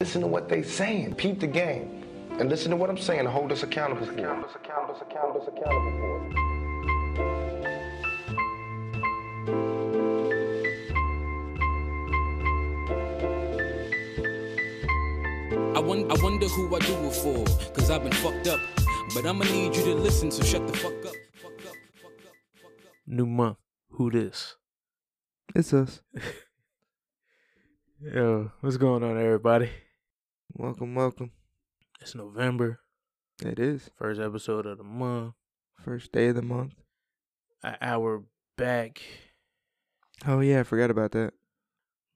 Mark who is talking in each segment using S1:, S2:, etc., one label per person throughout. S1: Listen to what they saying. Peep the game. And listen to what I'm saying and hold us accountable for it.
S2: I, won- I wonder who I do it for, cause I've been fucked up. But I'ma need you to listen, so shut the fuck up. Fuck up, fuck up, fuck up.
S3: New month. Who this?
S4: It's us.
S3: Yo, what's going on, everybody?
S4: Welcome, welcome.
S3: It's November,
S4: It is
S3: first episode of the month.
S4: first day of the month.
S3: An hour back.
S4: Oh yeah, I forgot about that.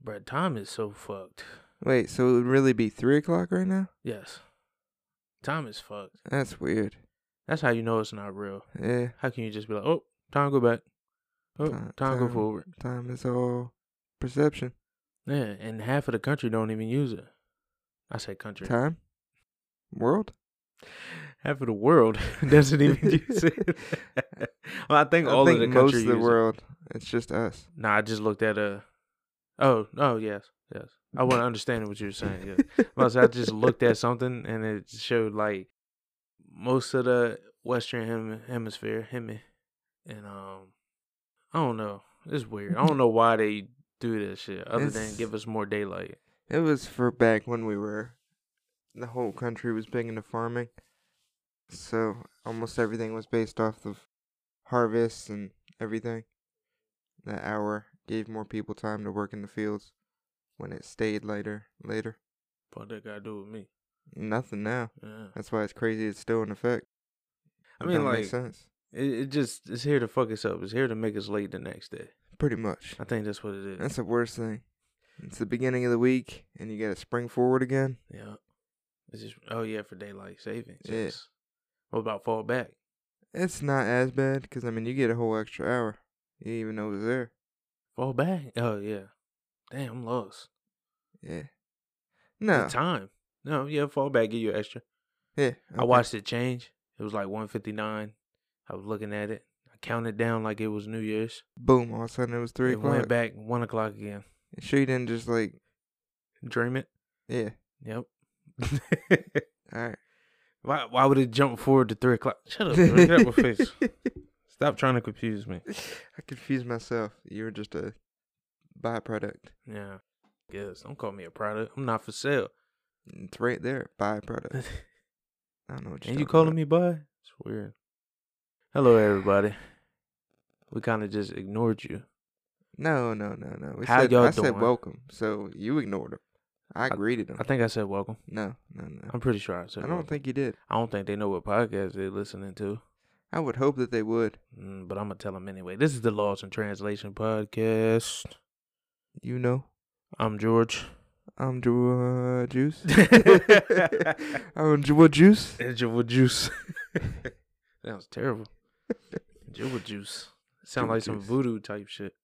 S3: Bruh, time is so fucked.
S4: Wait, so it would really be three o'clock right now?
S3: Yes. Time is fucked.
S4: That's weird.
S3: That's how you know it's not real.
S4: Yeah.
S3: How can you just be like, oh, time go back. Oh,
S4: Ti-
S3: time, go
S4: time-
S3: forward.
S4: Time is all perception.
S3: Yeah, and half of the country don't even use it. I say country.
S4: Time? World?
S3: Half of the world doesn't even use it. well, I think all
S4: I
S3: of
S4: think
S3: the
S4: most
S3: country
S4: of
S3: use
S4: the
S3: it.
S4: world. It's just us.
S3: Nah, I just looked at a. Oh, oh yes, yes. I wasn't understanding what you were saying. Yeah. Well, so I just looked at something and it showed like most of the Western hem- hemisphere, hemi, and um, I don't know. It's weird. I don't know why they do this shit other than
S4: It's-
S3: give us more daylight.
S4: It was for back when we were the whole country was big into farming. So almost everything was based off of harvests and everything. That hour gave more people time to work in the fields when it stayed later later.
S3: What that got to do with me?
S4: Nothing now.
S3: Yeah.
S4: That's why it's crazy it's still in effect.
S3: I
S4: It
S3: mean,
S4: don't make
S3: like it,
S4: sense.
S3: it just it's here to fuck us up. It's here to make us late the next day.
S4: Pretty much.
S3: I think that's what it is.
S4: That's the worst thing. It's the beginning of the week and you gotta spring forward again.
S3: Yeah. It's just oh yeah for daylight savings.
S4: Yeah.
S3: Yes. What about fall back?
S4: It's not as bad because I mean you get a whole extra hour. You didn't even know it was there.
S3: Fall back? Oh yeah. Damn, I'm lost.
S4: Yeah.
S3: The
S4: No.
S3: time. No, yeah, fall back give you extra.
S4: Yeah.
S3: I
S4: okay.
S3: watched it change. It was like 159. I was looking at it. I counted down like it was New Year's.
S4: Boom. All of a sudden it was three
S3: it went
S4: o'clock.
S3: back one o'clock again.
S4: Sure, you didn't just like.
S3: Dream it.
S4: Yeah.
S3: Yep.
S4: All right.
S3: why? Why would it jump forward to three o'clock? Shut up! bro. Get out my face. Stop trying to confuse me.
S4: I confused myself. You were just a byproduct.
S3: Yeah. Guess don't call me a product. I'm not for sale.
S4: It's right there. Byproduct. I don't know what you're
S3: And you
S4: talking
S3: calling
S4: about.
S3: me by? It's weird. Hello, everybody. We kind of just ignored you.
S4: No, no, no, no. We
S3: How
S4: said,
S3: y'all
S4: I said
S3: doing?
S4: welcome, so you ignored him. I, greeted him.
S3: I think I said welcome.
S4: no, no, no.
S3: I'm pretty sure I
S4: I
S3: said.
S4: don't
S3: welcome.
S4: think you did.
S3: I don't think they know what podcast they're listening to.
S4: I would hope that they would.
S3: Mm, but I'm gonna tell them anyway. This is the Laws and Translation podcast.
S4: You know,
S3: I'm George.
S4: I'm Ju- uh, Juice.
S3: it's
S4: I'm Ju- what Juice?
S3: Jibble Juice. Sounds terrible. Jibble Juice. Sound
S4: Jibble
S3: like some
S4: juice.
S3: voodoo type shit.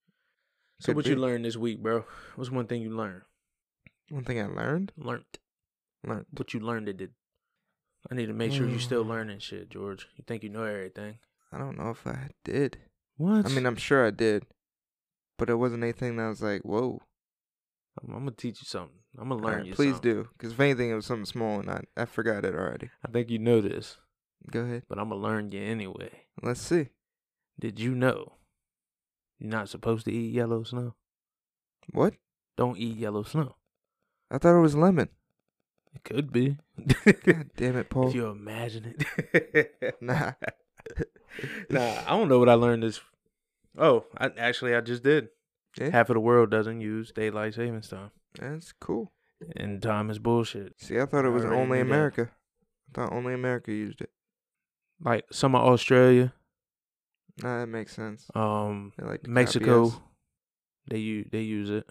S3: So
S4: Could
S3: what you
S4: be.
S3: learned this week, bro? What's one thing you learned?
S4: One thing I learned.
S3: Learned.
S4: Learned.
S3: what you learned it did. I need to make sure you still
S4: Mm.
S3: learning shit, George. You think you know everything.
S4: I don't know if I did.
S3: What?
S4: I mean, I'm sure I did, but it wasn't anything that was like, "Whoa!"
S3: I'm, gonna teach you something. I'm gonna
S4: All
S3: learn
S4: right,
S3: you.
S4: please
S3: something.
S4: do, because if anything, it was something small, and I I forgot it already.
S3: I think you know this,
S4: Go ahead.
S3: but I'm gonna learn you anyway.
S4: Let's see.
S3: Did you know you're not supposed to eat yellow snow?
S4: What?
S3: Don't eat yellow snow.
S4: I thought it was lemon.
S3: It could be.
S4: God damn it,
S3: if
S4: Paul.
S3: you imagine it.
S4: Nah.
S3: nah, I don't know what I learned this. Oh, I, actually, I just did.
S4: Yeah.
S3: Half of the world doesn't use daylight savings time,
S4: That's cool.
S3: and time is bullshit.
S4: See, I thought it
S3: I
S4: was
S3: already
S4: only
S3: knew that.
S4: America. I thought only America used it.
S3: Like some of Australia,
S4: Nah, that makes sense.
S3: Um,
S4: They like to copy us.
S3: Mexico, they use they use it.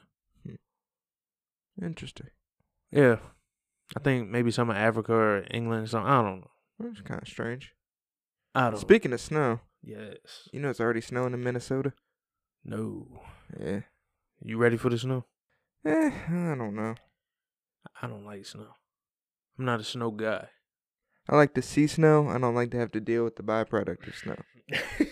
S4: Interesting.
S3: Yeah, I think maybe some of Africa or England. Some I don't know.
S4: That's kind of strange.
S3: I don't.
S4: Speaking of snow,
S3: Yes.
S4: you know it's already snowing in Minnesota.
S3: No.
S4: Yeah.
S3: You ready for the snow?
S4: Eh, I don't know.
S3: I don't like snow. I'm not a snow guy.
S4: I like to see snow. I don't like to have to deal with the byproduct of snow.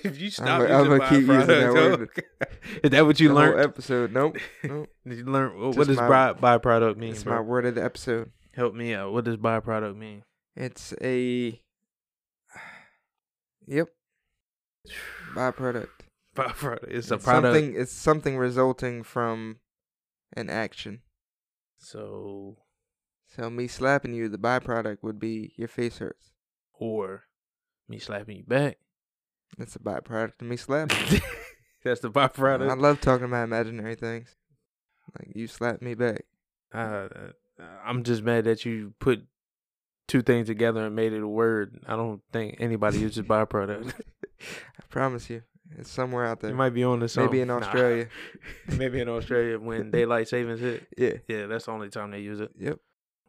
S3: if you
S4: stop gonna- I'm using gonna keep using that byproduct, word.
S3: is that what you
S4: the
S3: learned?
S4: Whole episode. Nope. nope.
S3: Did you learn what
S4: Just
S3: does
S4: my-
S3: by, byproduct mean?
S4: It's my
S3: bro?
S4: word of the episode.
S3: Help me out. What does byproduct mean?
S4: It's a. Yep. Byproduct.
S3: Byproduct. It's a
S4: It's
S3: product.
S4: Something, it's something resulting from an action.
S3: So,
S4: So me slapping you, the byproduct would be your face hurts.
S3: or me slapping you back.
S4: That's a byproduct of me slapping. you.
S3: That's the
S4: I
S3: byproduct.
S4: love talking about imaginary things. Like you slapped me back.
S3: Uh, I'm just mad that you put two things together and made it a word. I don't think anybody uses byproduct.
S4: I promise you, it's somewhere out
S3: it
S4: there.
S3: might be on the
S4: Maybe in Australia.
S3: Maybe in Australia when daylight savings hit.
S4: Yeah.
S3: Yeah, that's the only time they use it.
S4: Yep.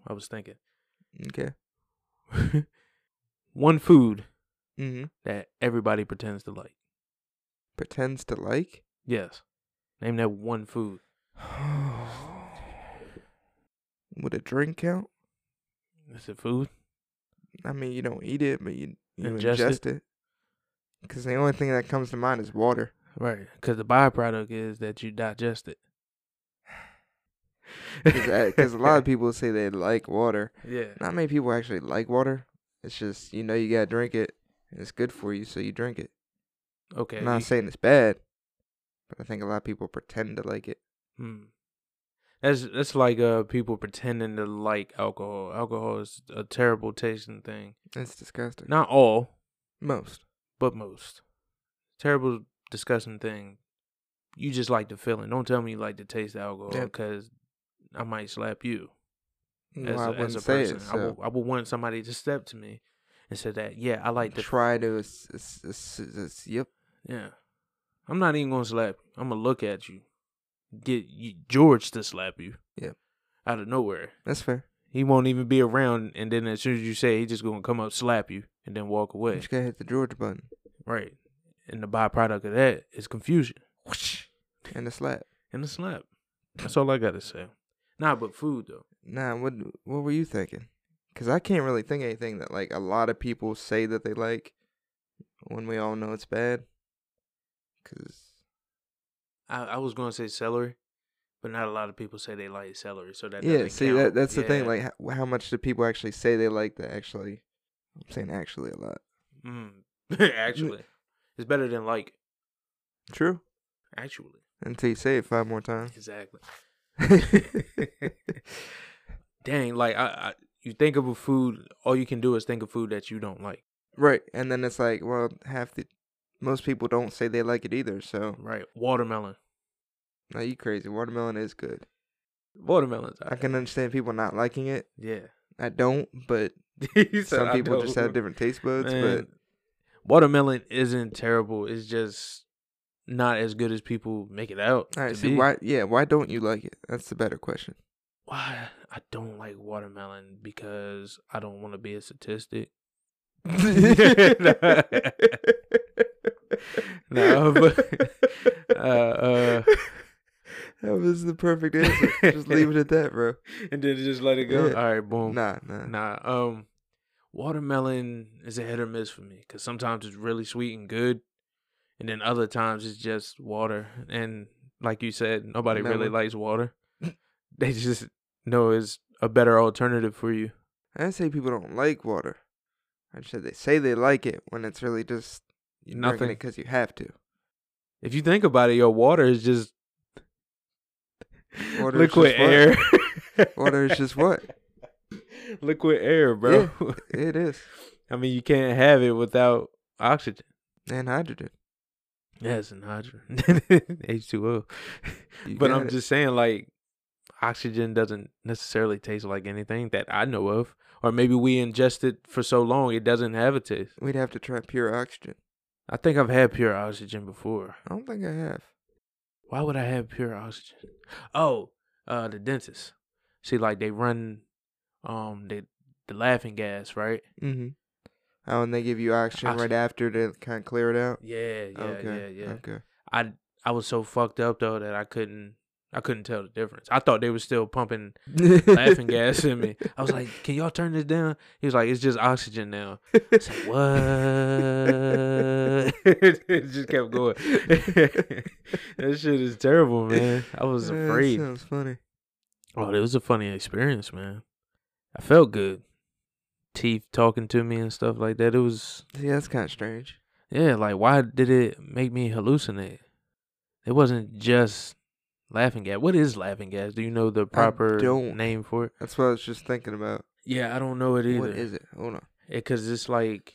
S3: I was thinking.
S4: Okay.
S3: One food
S4: Mm-hmm.
S3: that everybody pretends to like.
S4: Pretends to like.
S3: Yes. Name that one food.
S4: Would a drink count?
S3: Is it food?
S4: I mean, you don't eat it, but you, you ingest,
S3: Ingest it.
S4: it. Because the only thing that comes to mind is water.
S3: Right. Because the byproduct is that you digest it.
S4: Because eh, a lot of people say they like water.
S3: Yeah.
S4: Not many people actually like water. It's just, you know, you got to drink it, and it's good for you, so you drink it.
S3: Okay.
S4: I'm not
S3: you-
S4: saying it's bad, but I think a lot of people pretend to like it.
S3: Hmm. That's that's like uh people pretending to like alcohol. Alcohol is a terrible tasting thing.
S4: It's disgusting.
S3: Not all,
S4: Most.
S3: but most. Terrible, disgusting thing. You just like the feeling. Don't tell me you like to taste the alcohol
S4: Yeah.
S3: because I might slap you as,
S4: Well, I
S3: a,
S4: wouldn't
S3: as a
S4: say
S3: person.
S4: it.
S3: I,
S4: So.
S3: would, I would want somebody to step to me and say that, yeah, I like the
S4: try to. It's, it's, it's, it's- yep.
S3: Yeah. I'm not even gonna slap you. I'm gonna look at you. Get you, George to slap you.
S4: Yep.
S3: Out of nowhere.
S4: That's fair.
S3: He won't even be around and then as soon as you say it, he just gonna come up, slap you, and then walk
S4: You
S3: away.
S4: just got to hit the George button
S3: Right. And the byproduct of that is confusion.
S4: and the slap.
S3: And a slap. That's all I gotta say. Nah, but food though.
S4: Nah, what what were you thinking? Cause I can't really think of anything that like a lot of people say that they like, when we all know it's bad. Cause
S3: I, I was gonna say celery, but not a lot of people say they like celery, so that
S4: yeah,
S3: doesn't
S4: see
S3: count.
S4: that that's the thing.
S3: Yeah.
S4: Like how, how much do people actually say they like that? Actually, I'm saying actually a lot.
S3: mm. actually. It's better than like
S4: True.
S3: actually.
S4: Until you say it five more times.
S3: Exactly.
S4: yeah,
S3: Dang, like I, I you think of a food, all you can do is think of food that you don't like.
S4: right. And then it's like, well, half the most people don't say they like it either. So
S3: Right. Watermelon.
S4: now you crazy. Watermelon is good.
S3: Watermelon's
S4: I can understand people not liking it.
S3: Yeah.
S4: I don't, but some people just have different taste buds,
S3: Man, watermelon isn't terrible. It's just not as good as people make it out.
S4: but all right.
S3: to
S4: See
S3: be.
S4: why? Yeah, why don't you like it? That's the better question.
S3: why I don't like watermelon because I don't want to be a statistic. No, but- uh, uh.
S4: that was the perfect answer. just leave it at that, bro.
S3: and then just let it
S4: Yeah.
S3: All right, boom.
S4: Nah, nah,
S3: Nah, um, watermelon is a hit or miss for me because sometimes it's really sweet and good, and then other times it's just water. And like you said, nobody really
S4: Melon.
S3: likes water. they just know it's a better alternative for you.
S4: I didn't say people don't like water. I just said they say they like it when it's really just you drinking
S3: Nothing.
S4: it because you have to.
S3: If you think about it, your water is just
S4: Water is
S3: liquid
S4: just
S3: air.
S4: Water is just what
S3: liquid air, bro.
S4: it is,
S3: I mean, you can't have it without oxygen.
S4: and hydrogen.
S3: Yes, and hydrogen, H2O.
S4: You
S3: but
S4: got
S3: I'm
S4: it.
S3: just saying, like, oxygen doesn't necessarily taste like anything that I know of. Or maybe we ingest it for so long it doesn't have a taste.
S4: We'd have to try pure oxygen.
S3: I think I've had pure oxygen before.
S4: I don't think I have.
S3: Why would I have pure oxygen? Oh, uh, the dentist. See, like they run, um, the the laughing gas, right?
S4: Mm-hmm. Oh, and they give you oxygen right
S3: Oxygen.
S4: after to kind of clear it out.
S3: Yeah, yeah,
S4: okay.
S3: yeah, yeah.
S4: Okay.
S3: I I was so fucked up though that I couldn't I couldn't tell the difference. I thought they were still pumping laughing gas in me. I was like, "Can y'all turn this down?" He was like, "It's just oxygen now." I was like, "What?" it just kept going. that shit is terrible, man. I was
S4: Yeah, that
S3: afraid.
S4: sounds funny.
S3: Oh, it was a funny experience, man. I felt good. Teeth talking to me and stuff like that. It was
S4: Yeah, that's kind of strange.
S3: yeah, like why did it make me hallucinate? It wasn't just laughing gas. What is laughing gas? Do you know the proper
S4: don't.
S3: name for it?
S4: That's what I was just thinking about.
S3: Yeah, I don't know it either.
S4: What is it? Hold on.
S3: Because it's like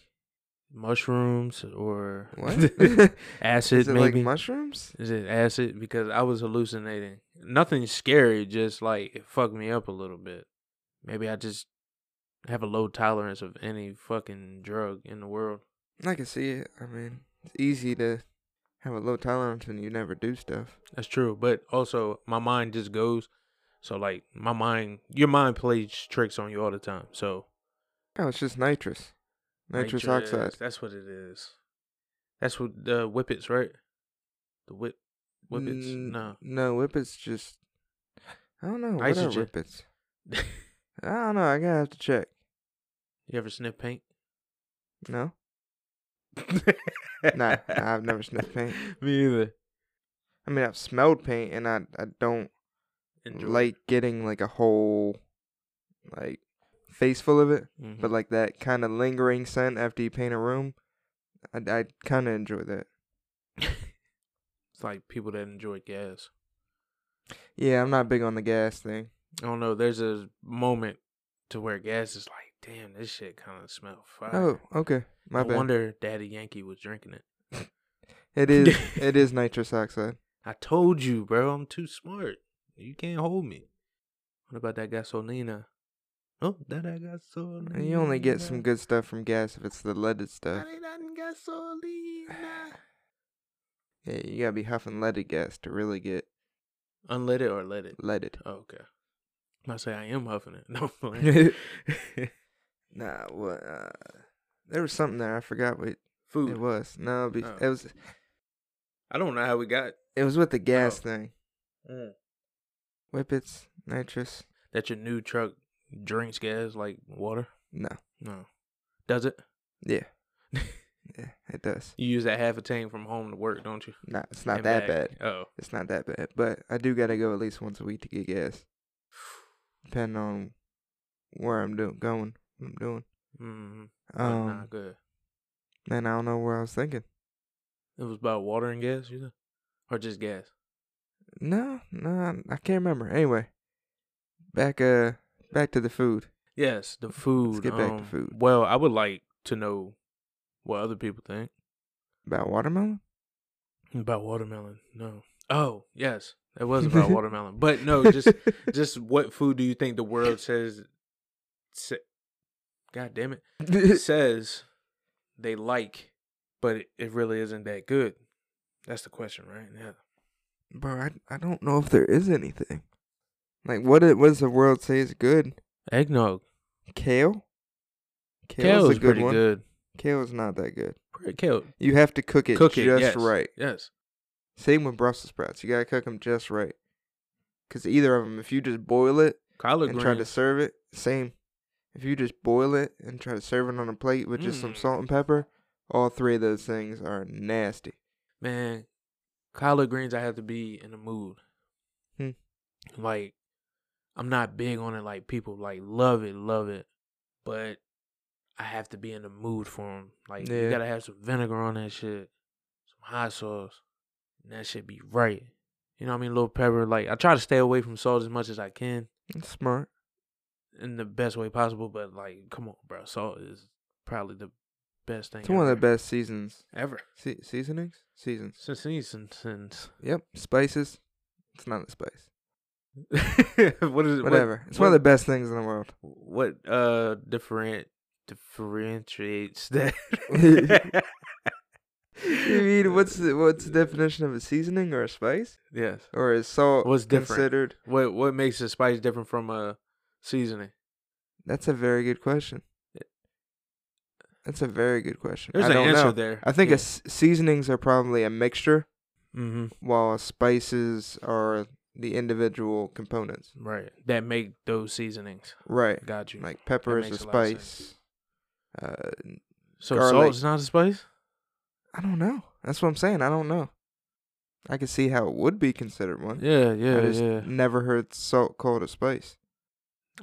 S3: mushrooms or
S4: What? is
S3: acid,
S4: it like
S3: maybe.
S4: mushrooms?
S3: is it acid? Because I was hallucinating. Nothing scary, just like it fucked me up a little bit. Maybe I just have a low tolerance of any fucking drug in the world.
S4: I can see it. I mean, it's easy to have a low tolerance when you never do stuff.
S3: That's true. But also, my mind just goes. So, like, my mind, your mind plays tricks on you all the time. So,
S4: No, Oh, it's just nitrous. Nitrous, oxide.
S3: That's what it is. That's what the whippets, right? The whip, whippets.
S4: N-
S3: No.
S4: No, whippets just. I don't know. What are
S3: Isogen.
S4: whippets? I don't know. I gotta have to check.
S3: You ever sniff paint?
S4: No? Nah, nah, I've never sniffed paint.
S3: Me either.
S4: I mean, I've smelled paint and I, I don't
S3: Enjoy.
S4: like getting like a whole like face full of it.
S3: Mhm.
S4: But like that kind of lingering scent after you paint a room, I, I kind of enjoy that.
S3: it's like people that enjoy gas.
S4: Yeah, I'm not big on the gas thing.
S3: I don't know. There's a moment to where gas is like, damn, this shit kind of smell fire.
S4: Oh, okay. My
S3: I
S4: bad.
S3: wonder Daddy Yankee was drinking it.
S4: It is it is nitrous oxide.
S3: I told you, bro. I'm too smart. You can't hold me. What about that gasolina? Oh, that I gasolina.
S4: And you only get some good stuff from gas if it's the leaded stuff.
S3: Dale, dale, gasolina.
S4: Yeah, you gotta be huffing leaded gas to really get
S3: Unleaded or leaded?
S4: leaded.
S3: Oh, okay. I say I am huffing it. No, I'm playing.
S4: Nah, what? Uh, there was something there. I forgot what it
S3: food.
S4: was. No, be,
S3: Oh.
S4: it was
S3: I don't know how we got
S4: it was with the gas
S3: Oh.
S4: thing. Whippets, nitrous.
S3: that. Your new truck drinks gas like water.
S4: No.
S3: No, does it?
S4: Yeah. yeah, it does.
S3: You use that half a tank from home to work, don't you?
S4: Nah, it's not
S3: And
S4: that
S3: back.
S4: bad.
S3: Oh,
S4: It's not that bad. But I do gotta go at least once a week to get gas. Depending on where I'm doing going, what I'm doing.
S3: mm, but
S4: Um
S3: nah, good.
S4: man, I don't know where I was thinking.
S3: It was about water and gas, you know, or just gas.
S4: No, no, I can't remember. Anyway. Back uh back to the food.
S3: Yes, the food.
S4: get back to
S3: um,
S4: food.
S3: Well, I would like to know what other people think
S4: About watermelon?
S3: about watermelon. No. Oh, yes, it was about watermelon. But no, just just what food do you think the world says? Say, God damn it! says they like, but it, it really isn't that good. That's the question, right? Yeah.
S4: Bro, I, I don't know if there is anything. Like what it what does the world say is good?
S3: Eggnog.
S4: Kale?
S3: Kale is pretty good.
S4: Kale is not that good.
S3: Pretty Kale.
S4: You have to cook it
S3: Cook it.
S4: just
S3: yes.
S4: right.
S3: Yes.
S4: Same with Brussels sprouts. You gotta cook them just right. Cause either of them, if you just boil it
S3: Collard
S4: and
S3: greens.
S4: try to serve it, same. If you just boil it and try to serve it on a plate with just some
S3: Mm.
S4: salt and pepper, all three of those things are nasty.
S3: Man, collard greens, I have to be in the mood.
S4: Hmm.
S3: Like, I'm not big on it. Like, people, like, love it, love it. But I have to be in the mood for them. Like, you
S4: Yeah.
S3: got to have some vinegar on that shit, some hot sauce, and that shit be right. You know what I mean? A little pepper. Like, I try to stay away from salt as much as I can
S4: That's smart.
S3: in the best way possible. But, like, come on, bro. Salt is probably the best thing
S4: It's one of the
S3: ever.
S4: best seasons.
S3: Ever.
S4: Se- seasonings? Seasons.
S3: Since, since, since.
S4: Yep. Spices. It's not a spice.
S3: what is it? what-
S4: Whatever. it's one of the best things in the world.
S3: what uh different differentiates that?
S4: You mean what's the, what's the definition of a seasoning or a spice?
S3: yes?
S4: Or is salt
S3: What's different?
S4: considered
S3: What what makes a spice different from a seasoning?
S4: That's a very good question. That's a very good question.
S3: There's
S4: I
S3: an
S4: don't
S3: answer
S4: know.
S3: there.
S4: I think a s seasonings are probably a mixture,
S3: mm-hmm.
S4: while spices are the individual components.
S3: right that make those seasonings.
S4: Right.
S3: Got you.
S4: Like pepper is a
S3: makes a lot of
S4: spice. Uh,
S3: so
S4: garlic.
S3: salt's not a spice.
S4: I don't know. That's what I'm saying. I don't know. I can see how it would be considered one.
S3: Yeah,
S4: I
S3: yeah,
S4: just
S3: yeah.
S4: never heard salt called a spice.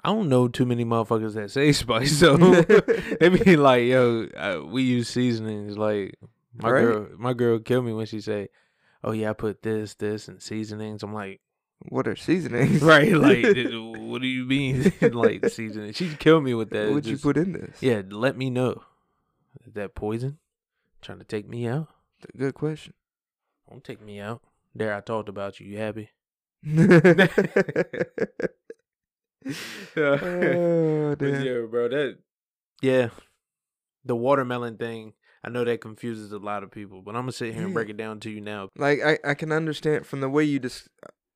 S3: I don't know too many motherfuckers that say spice, so they be like, "Yo, uh, we use seasonings." Like my
S4: Right.
S3: girl, my girl killed me when she say, "Oh yeah, I put this, this, and seasonings." I'm like,
S4: What are seasonings?
S3: right, like, what do you mean, like seasoning? She killed me with that. It's
S4: What'd you
S3: just-
S4: put in this?
S3: Yeah, let me know. Is that poison trying to take me out?
S4: Good question.
S3: Don't take me out. There, I talked about you. You happy?
S4: oh,
S3: But
S4: damn.
S3: yeah, bro, that yeah, the watermelon thing. I know that confuses a lot of people, but I'm gonna sit here and break it down to you now.
S4: Like I, I can understand from the way you just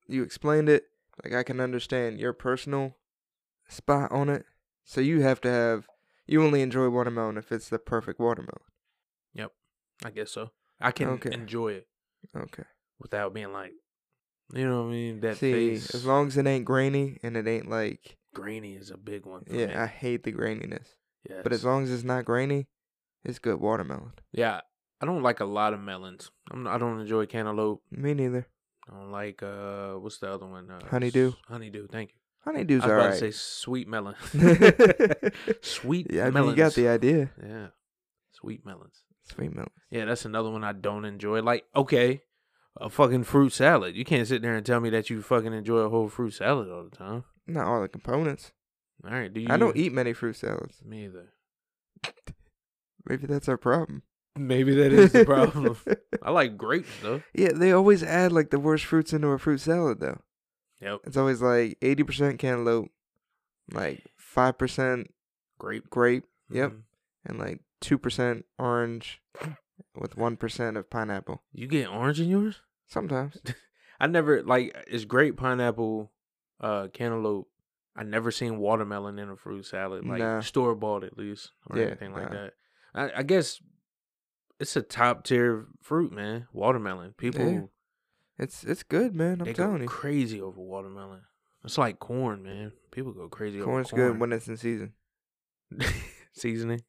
S4: you explained it. Like I can understand your personal spot on it. So you have to have you only enjoy watermelon if it's the perfect watermelon.
S3: I guess so. I can
S4: Okay.
S3: enjoy it
S4: Okay.
S3: without being like, you know what I mean? That
S4: See,
S3: face
S4: as long as it ain't grainy and it ain't like
S3: grainy is a big one. For
S4: yeah,
S3: me.
S4: I hate the graininess.
S3: yes.
S4: But as long as it's not grainy, it's good watermelon.
S3: yeah, I don't like a lot of melons. I'm not, I don't enjoy cantaloupe.
S4: Me neither.
S3: I don't like uh, what's the other one? Uh,
S4: Honeydew.
S3: s- Honeydew. Thank you.
S4: Honeydew's
S3: I was about
S4: alright.
S3: to say sweet melon. sweet
S4: yeah, I mean,
S3: melons.
S4: you got the idea.
S3: yeah, sweet melons.
S4: Sweet melon.
S3: Yeah, that's another one I don't enjoy. Like, okay, a fucking fruit salad. You can't sit there and tell me that you fucking enjoy a whole fruit salad all the time.
S4: Not all the components.
S3: All right, do you?
S4: I don't eat many fruit salads.
S3: me either.
S4: Maybe that's our problem.
S3: Maybe that is the problem. I like grapes though.
S4: yeah, they always add like the worst fruits into a fruit salad though.
S3: Yep,
S4: It's always like eighty percent cantaloupe, like five percent
S3: grape.
S4: grape, Yep.
S3: Mhm.
S4: and like two percent orange, with one percent of pineapple.
S3: You get orange in yours?
S4: Sometimes
S3: I never like it's grape, pineapple, uh, cantaloupe. I never seen watermelon in a fruit salad, like
S4: Nah.
S3: store bought at least or
S4: Yeah,
S3: anything like
S4: nah.
S3: that. I, I guess it's a top tier fruit, man. Watermelon. People
S4: it's it's good, man.
S3: they
S4: I'm
S3: go
S4: telling you,
S3: crazy over watermelon. It's like corn, man. People go crazy
S4: corn's
S3: over
S4: good
S3: corn.
S4: when it's in season.
S3: seasoning.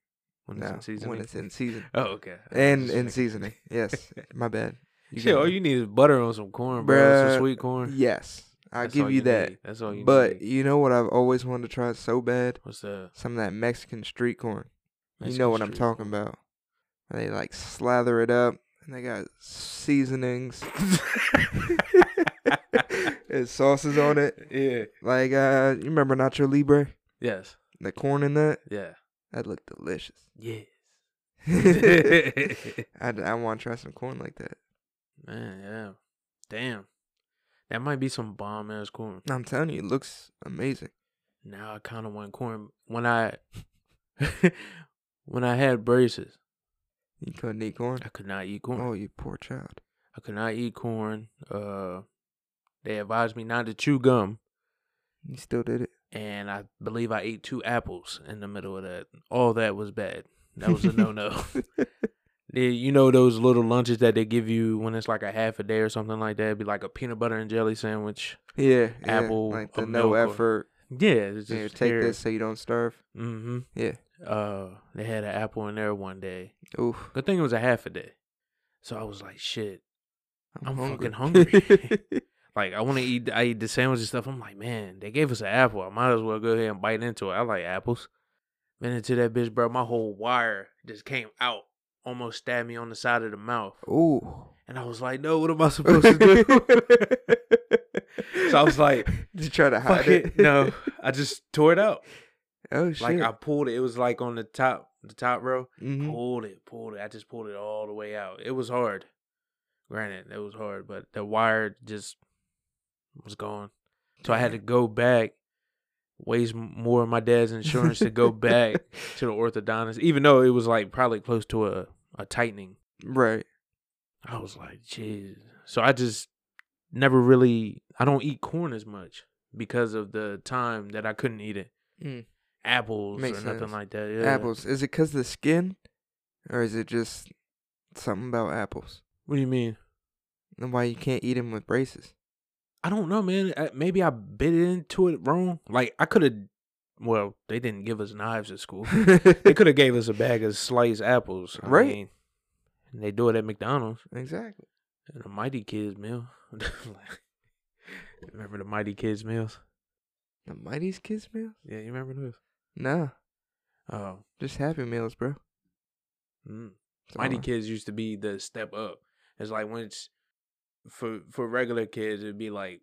S3: When
S4: no,
S3: it's in seasoning.
S4: when it's in season
S3: Oh, okay.
S4: and in seasoning. Yes, my bad.
S3: You
S4: got
S3: all
S4: me.
S3: you need is butter on some corn, bro.
S4: Bruh,
S3: Some sweet corn.
S4: Yes, I
S3: That's
S4: give
S3: all
S4: you that.
S3: need. That's all you
S4: But
S3: need.
S4: you know what I've always wanted to try so bad?
S3: What's that?
S4: Some of that Mexican street corn. you
S3: Mexican
S4: know what I'm
S3: street
S4: talking about. They like slather it up and they got seasonings and sauces on it.
S3: Yeah.
S4: Like uh you remember Nacho Libre?
S3: Yes.
S4: The corn in that?
S3: Yeah.
S4: That looked delicious.
S3: Yes.
S4: I, I want to try some corn like that.
S3: Man, yeah. Damn. That might be some bomb ass corn.
S4: I'm telling you, it looks amazing.
S3: Now I kind of want corn when I when I had braces.
S4: You couldn't eat corn.
S3: I could not eat corn.
S4: Oh, you poor child.
S3: I could not eat corn. Uh, they advised me not to chew gum,
S4: You still did it.
S3: and I believe I ate two apples in the middle of that. All that was bad. That was a no no. you know those little lunches that they give you when it's like a half a day or something like that? It'd be like a peanut butter and jelly sandwich.
S4: yeah, yeah,
S3: Apple,
S4: Like
S3: a
S4: the
S3: milk
S4: no
S3: or-
S4: effort.
S3: Yeah, it's
S4: Here,
S3: just
S4: take this so you don't starve.
S3: Mm-hmm.
S4: Yeah.
S3: Uh, they had an apple in there one day.
S4: Oof.
S3: Good thing it was a half a day. So I was like, shit. I'm fucking hungry. Like I want to eat. I eat the sandwich and stuff. I'm like, man, they gave us an apple. I might as well go ahead and bite into it. I like apples. Been into that bitch, bro. My whole wire just came out, almost stabbed me on the side of the mouth,
S4: Ooh.
S3: and I was like, no, what am I supposed to do? so I was like,
S4: Did you try to hide
S3: fuck it. No, I just tore it out.
S4: Oh shit.
S3: Like I pulled it. It was like on the top, the top row.
S4: Mhm.
S3: Pulled it, pulled it. I just pulled it all the way out. It was hard. Granted, it was hard, but the wire just was gone. So I had to go back, waste m- more of my dad's insurance to go back to the orthodontist, even though it was like probably close to a, a tightening.
S4: Right.
S3: I was like, jeez. So I just never really, I don't eat corn as much because of the time that I couldn't eat it.
S4: Mm.
S3: Apples
S4: Makes
S3: or nothing
S4: sense.
S3: like that. Yeah.
S4: Apples. Is it cause the skin, or is it just something about apples
S3: What do you mean?
S4: and why you can't eat them with braces?
S3: I don't know, man. Uh, Maybe I bit into it wrong. Like I could have. Well, they didn't give us knives at school. they could have gave us a bag of sliced apples, I
S4: Right.
S3: mean, and they do it at McDonald's
S4: exactly.
S3: and the Mighty Kids meal. Remember the Mighty Kids meals?
S4: The Mighty's Kids meals?
S3: Yeah, you remember those?
S4: No,
S3: Oh,
S4: just Happy Meals, bro.
S3: mm.
S4: That's all
S3: Mighty
S4: I-
S3: Kids used to be the step up. It's like once for for regular kids, it'd be like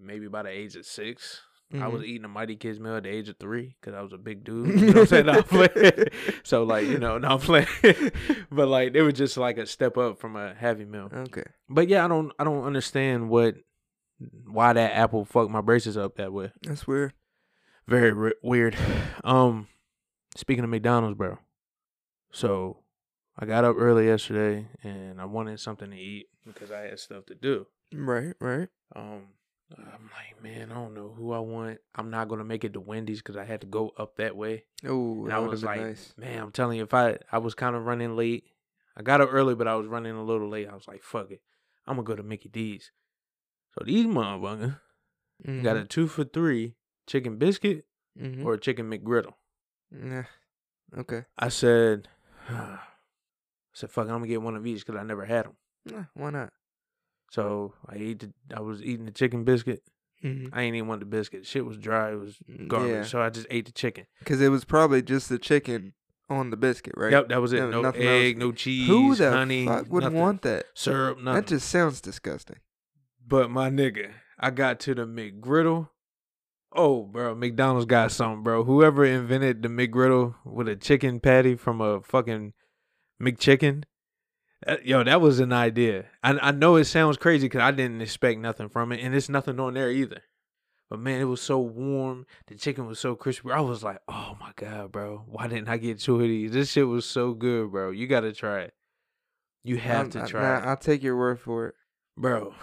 S3: maybe by the age of 6 I was
S4: Mhm.
S3: eating a Mighty Kids meal at the age of three because I was a big dude. You know what I'm saying? No, I'm playing. so like you know, not playing. but like it was just like a step up from a heavy meal.
S4: Okay.
S3: But yeah, I don't I don't understand what why that apple fucked my braces up that way.
S4: That's weird.
S3: Very re- weird. Um, speaking of McDonald's, bro. So I got up early yesterday and I wanted something to eat because I had stuff to do.
S4: Right, right.
S3: Um, I'm like, man, I don't know who I want. I'm not gonna make it to Wendy's because I had to go up that way.
S4: Oh,
S3: And
S4: that
S3: I
S4: would have
S3: was
S4: been
S3: like,
S4: nice.
S3: man, I'm telling you, if I I was kind of running late, I got up early, but I was running a little late. I was like, fuck it, I'm gonna go to Mickey D's. So these motherfuckers
S4: Mm-hmm.
S3: got a two for three chicken biscuit
S4: mm
S3: or a chicken McGriddle.
S4: Nah. Okay.
S3: I said, I said, fuck, it, I'm gonna get one of each because I never had them.
S4: Nah, why not?
S3: So I ate the, I was eating the chicken biscuit.
S4: Mm-hmm.
S3: I ain't even want the biscuit. Shit was dry. It was garbage.
S4: Mm, Yeah,
S3: So I just ate the chicken.
S4: because it was probably just the chicken on the biscuit, right?
S3: Yep, that was it.
S4: There was
S3: No,
S4: nothing else.
S3: egg, no cheese,
S4: Who the
S3: honey,
S4: fuck would
S3: nothing.
S4: want that?
S3: syrup, nothing.
S4: That just sounds disgusting.
S3: But my nigga, I got to the McGriddle. Oh, bro, McDonald's got something, bro. Whoever invented the McGriddle with a chicken patty from a fucking McChicken, that, yo, that was an idea. I I know it sounds crazy because I didn't expect nothing from it, and it's nothing on there either. But man, it was so warm. The chicken was so crispy. I was like, oh my god, bro, why didn't I get two of these? This shit was so good, bro. You gotta try it. You have
S4: I'm-
S3: to
S4: I-
S3: try it,
S4: Nah, I'll take your word for it.
S3: bro.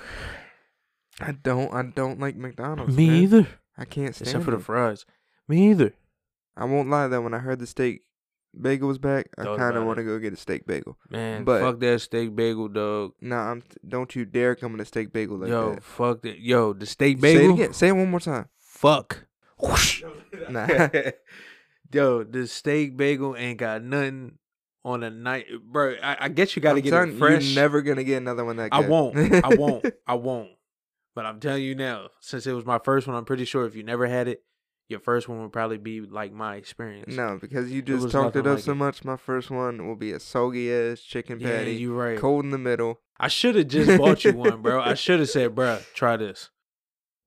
S4: I don't. I don't like McDonald's.
S3: Me
S4: man.
S3: either.
S4: I can't stand.
S3: Except for the
S4: them.
S3: fries. Me either.
S4: I won't lie though. When I heard the steak bagel was back, I
S3: Thought
S4: kind
S3: about
S4: of
S3: it.
S4: want to go get a steak bagel.
S3: Man,
S4: But-
S3: fuck that steak bagel, dog.
S4: Nah, I'm. T- don't you dare come in a steak bagel like
S3: Yo,
S4: that.
S3: fuck that. Yo, the steak
S4: Say it
S3: bagel.
S4: again. Say it one more time.
S3: Fuck.
S4: Nah.
S3: Yo, the steak bagel ain't got nothing on a night, bro. I, I guess you got to
S4: I'm
S3: get
S4: telling
S3: it fresh.
S4: You're never gonna get another one that.
S3: I
S4: good.
S3: won't. I won't. I won't. But I'm telling you now, since it was my first one, I'm pretty sure if you never had it, your first one would probably be like my experience.
S4: No, because you just
S3: was
S4: talked it
S3: nothing
S4: up
S3: like
S4: so
S3: it.
S4: much. My first one will be a soggy ass chicken
S3: yeah,
S4: patty,
S3: you right.
S4: cold in the middle.
S3: I should have just bought you one, bro. I should have said, bro, try this.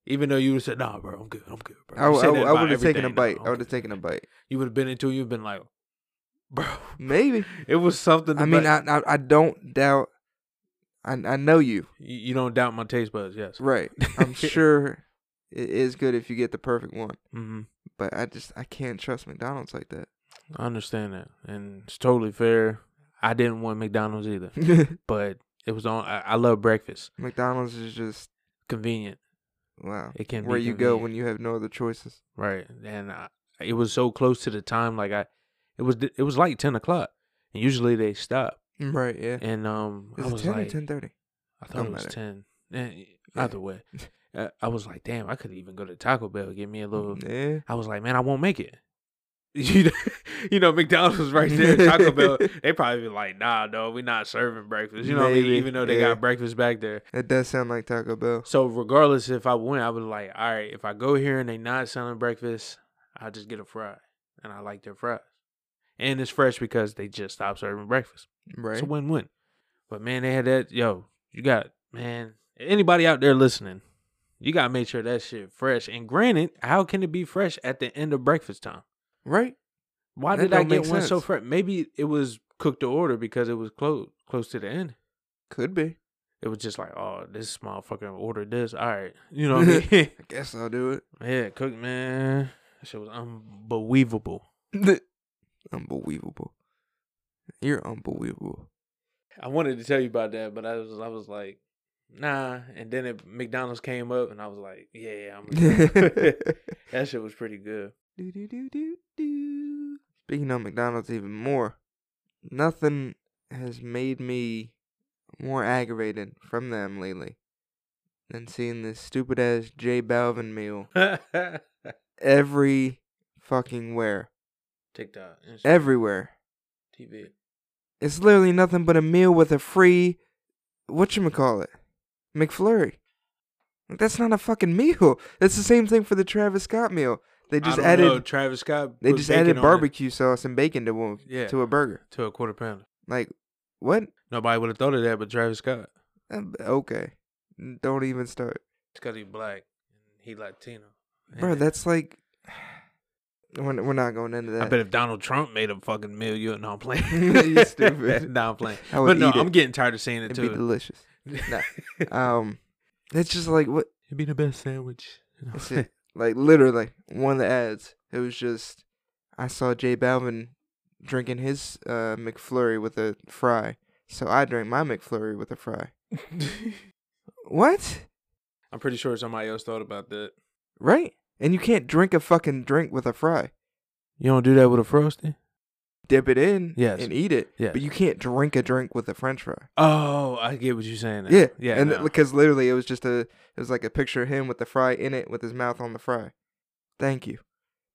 S3: Even though you would have said, nah, bro, I'm good. I'm good, bro.
S4: I,
S3: You
S4: w- I,
S3: said
S4: w-
S3: that
S4: I
S3: about
S4: would have taken a
S3: everything, nah,
S4: bite.
S3: I'm
S4: I would have
S3: good.
S4: taken a bite.
S3: You would have been into it. You've been like, bro,
S4: Maybe.
S3: it was something.
S4: I mean,
S3: about-
S4: I, I I don't doubt. I I know you.
S3: you you don't doubt my taste buds, yes.
S4: Right. I'm sure it is good if you get the perfect one.
S3: hmm
S4: But I just I can't trust McDonald's like
S3: I understand that, and it's totally fair. I didn't want McDonald's either,
S4: that.
S3: but it was on. I, I love breakfast.
S4: McDonald's is just
S3: Convenient.
S4: wow.
S3: It can
S4: Where
S3: be
S4: you go
S3: convenient.
S4: when you have no other choices.
S3: Right, and I, it was so close to the time. Like I, it was it was like ten o'clock, and usually they stop.
S4: Right. Yeah.
S3: And um, I
S4: Is it
S3: was
S4: ten
S3: like,
S4: or ten thirty?
S3: I thought
S4: Don't
S3: it was
S4: matter.
S3: ten. Eh, Either way, uh, I was like, damn, I could even go to Taco Bell get me a little.
S4: Yeah.
S3: I was like, man, I won't make it. You know, you know, McDonald's was right there. Taco Bell, they probably be like, nah, no, we not serving breakfast. You know what I mean?
S4: Maybe,
S3: Even though they
S4: yeah.
S3: got breakfast back there.
S4: That does sound like Taco Bell.
S3: So regardless, if I went, I was like, all right, if I go here and they not selling breakfast, I'll just get a fry, and I like their fries, and it's fresh because they just stopped serving breakfast.
S4: Right.
S3: It's a win win. But man, they had that. Yo, you got man. Anybody out there listening, you gotta make sure that shit fresh. And granted, how can it be fresh at the end of breakfast time?
S4: right.
S3: Why
S4: That
S3: did I
S4: don't
S3: get
S4: make
S3: one so
S4: sense.
S3: fresh? Maybe it was cooked to order because it was close close to the end.
S4: Could be.
S3: It was just like, oh, this motherfucker ordered this. All right, you know what I mean?
S4: I guess I'll do it.
S3: yeah, cook man. That shit was unbelievable.
S4: unbelievable. You're unbelievable.
S3: I wanted to tell you about that, but I was I was like, nah. And then it, McDonald's came up, and I was like, yeah, I'm. McDonald's. That shit was pretty good.
S4: Do, do, do, do, do. Speaking of McDonald's even more, nothing has made me more aggravated from them lately than seeing this stupid ass J Balvin meal every fucking where.
S3: TikTok, Instagram,
S4: Everywhere.
S3: TV.
S4: It's literally nothing but a meal with a free whatchamacallit. McFlurry. Like, That's not a fucking meal. That's the same thing for the Travis Scott meal. They just
S3: I don't
S4: added
S3: know, Travis Scott.
S4: they
S3: put
S4: just
S3: bacon on
S4: added
S3: it
S4: barbecue sauce and bacon to one,
S3: Yeah.
S4: to a burger.
S3: to a quarter pounder.
S4: Like what?
S3: Nobody would have thought of that, but Travis Scott.
S4: Um, Okay, don't even start,
S3: It's because he's black and he Latino.
S4: bro.
S3: And
S4: That's like we're, we're not going into that.
S3: I bet if Donald Trump made a fucking meal, you would not playing.
S4: You stupid.
S3: nah, I'm playing.
S4: I would
S3: But no,
S4: eat it.
S3: I'm getting tired of seeing it
S4: it'd
S3: too.
S4: be delicious.
S3: Nah.
S4: Um, it's just like what
S3: It'd be the best sandwich.
S4: That's it. Like literally one of the ads. It was just I saw Jay Balvin drinking his uh, McFlurry with a fry, so I drank my McFlurry with a fry. What?
S3: I'm pretty sure somebody else thought about that.
S4: Right? And you can't drink a fucking drink with a fry.
S3: You don't do that with a frosty?
S4: Dip it in
S3: Yes.
S4: and eat it.
S3: Yes.
S4: But you can't drink a drink with a French fry.
S3: Oh, I get what you're saying. now.
S4: Yeah.
S3: yeah.
S4: And
S3: no.
S4: because literally it was just a it was like a picture of him with the fry in it with his mouth on the fry. Thank you.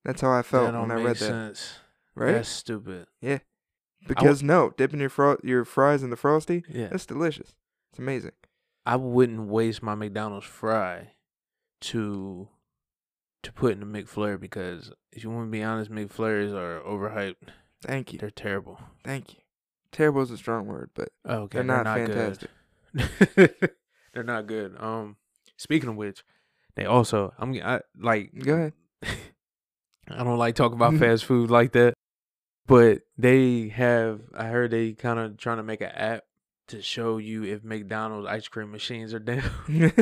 S4: That's how I felt
S3: don't
S4: when I
S3: make
S4: read that.
S3: sense.
S4: Right?
S3: That's stupid.
S4: Because no, dipping your fro- your fries in the frosty,
S3: Yeah.
S4: that's delicious. It's amazing.
S3: I wouldn't waste my McDonald's fry to to put in a McFlurry because if you want to be honest, McFlurries are overhyped.
S4: Thank you,
S3: They're terrible.
S4: thank you. Terrible is a strong word, but
S3: Oh, okay,
S4: they're not, fantastic.
S3: Good. they're not good. Um, speaking of which, they also I'm I, like
S4: Go ahead.
S3: I don't like talking about fast food like that, but they have. I heard they kind of trying to make an app to show you if McDonald's ice cream machines are down.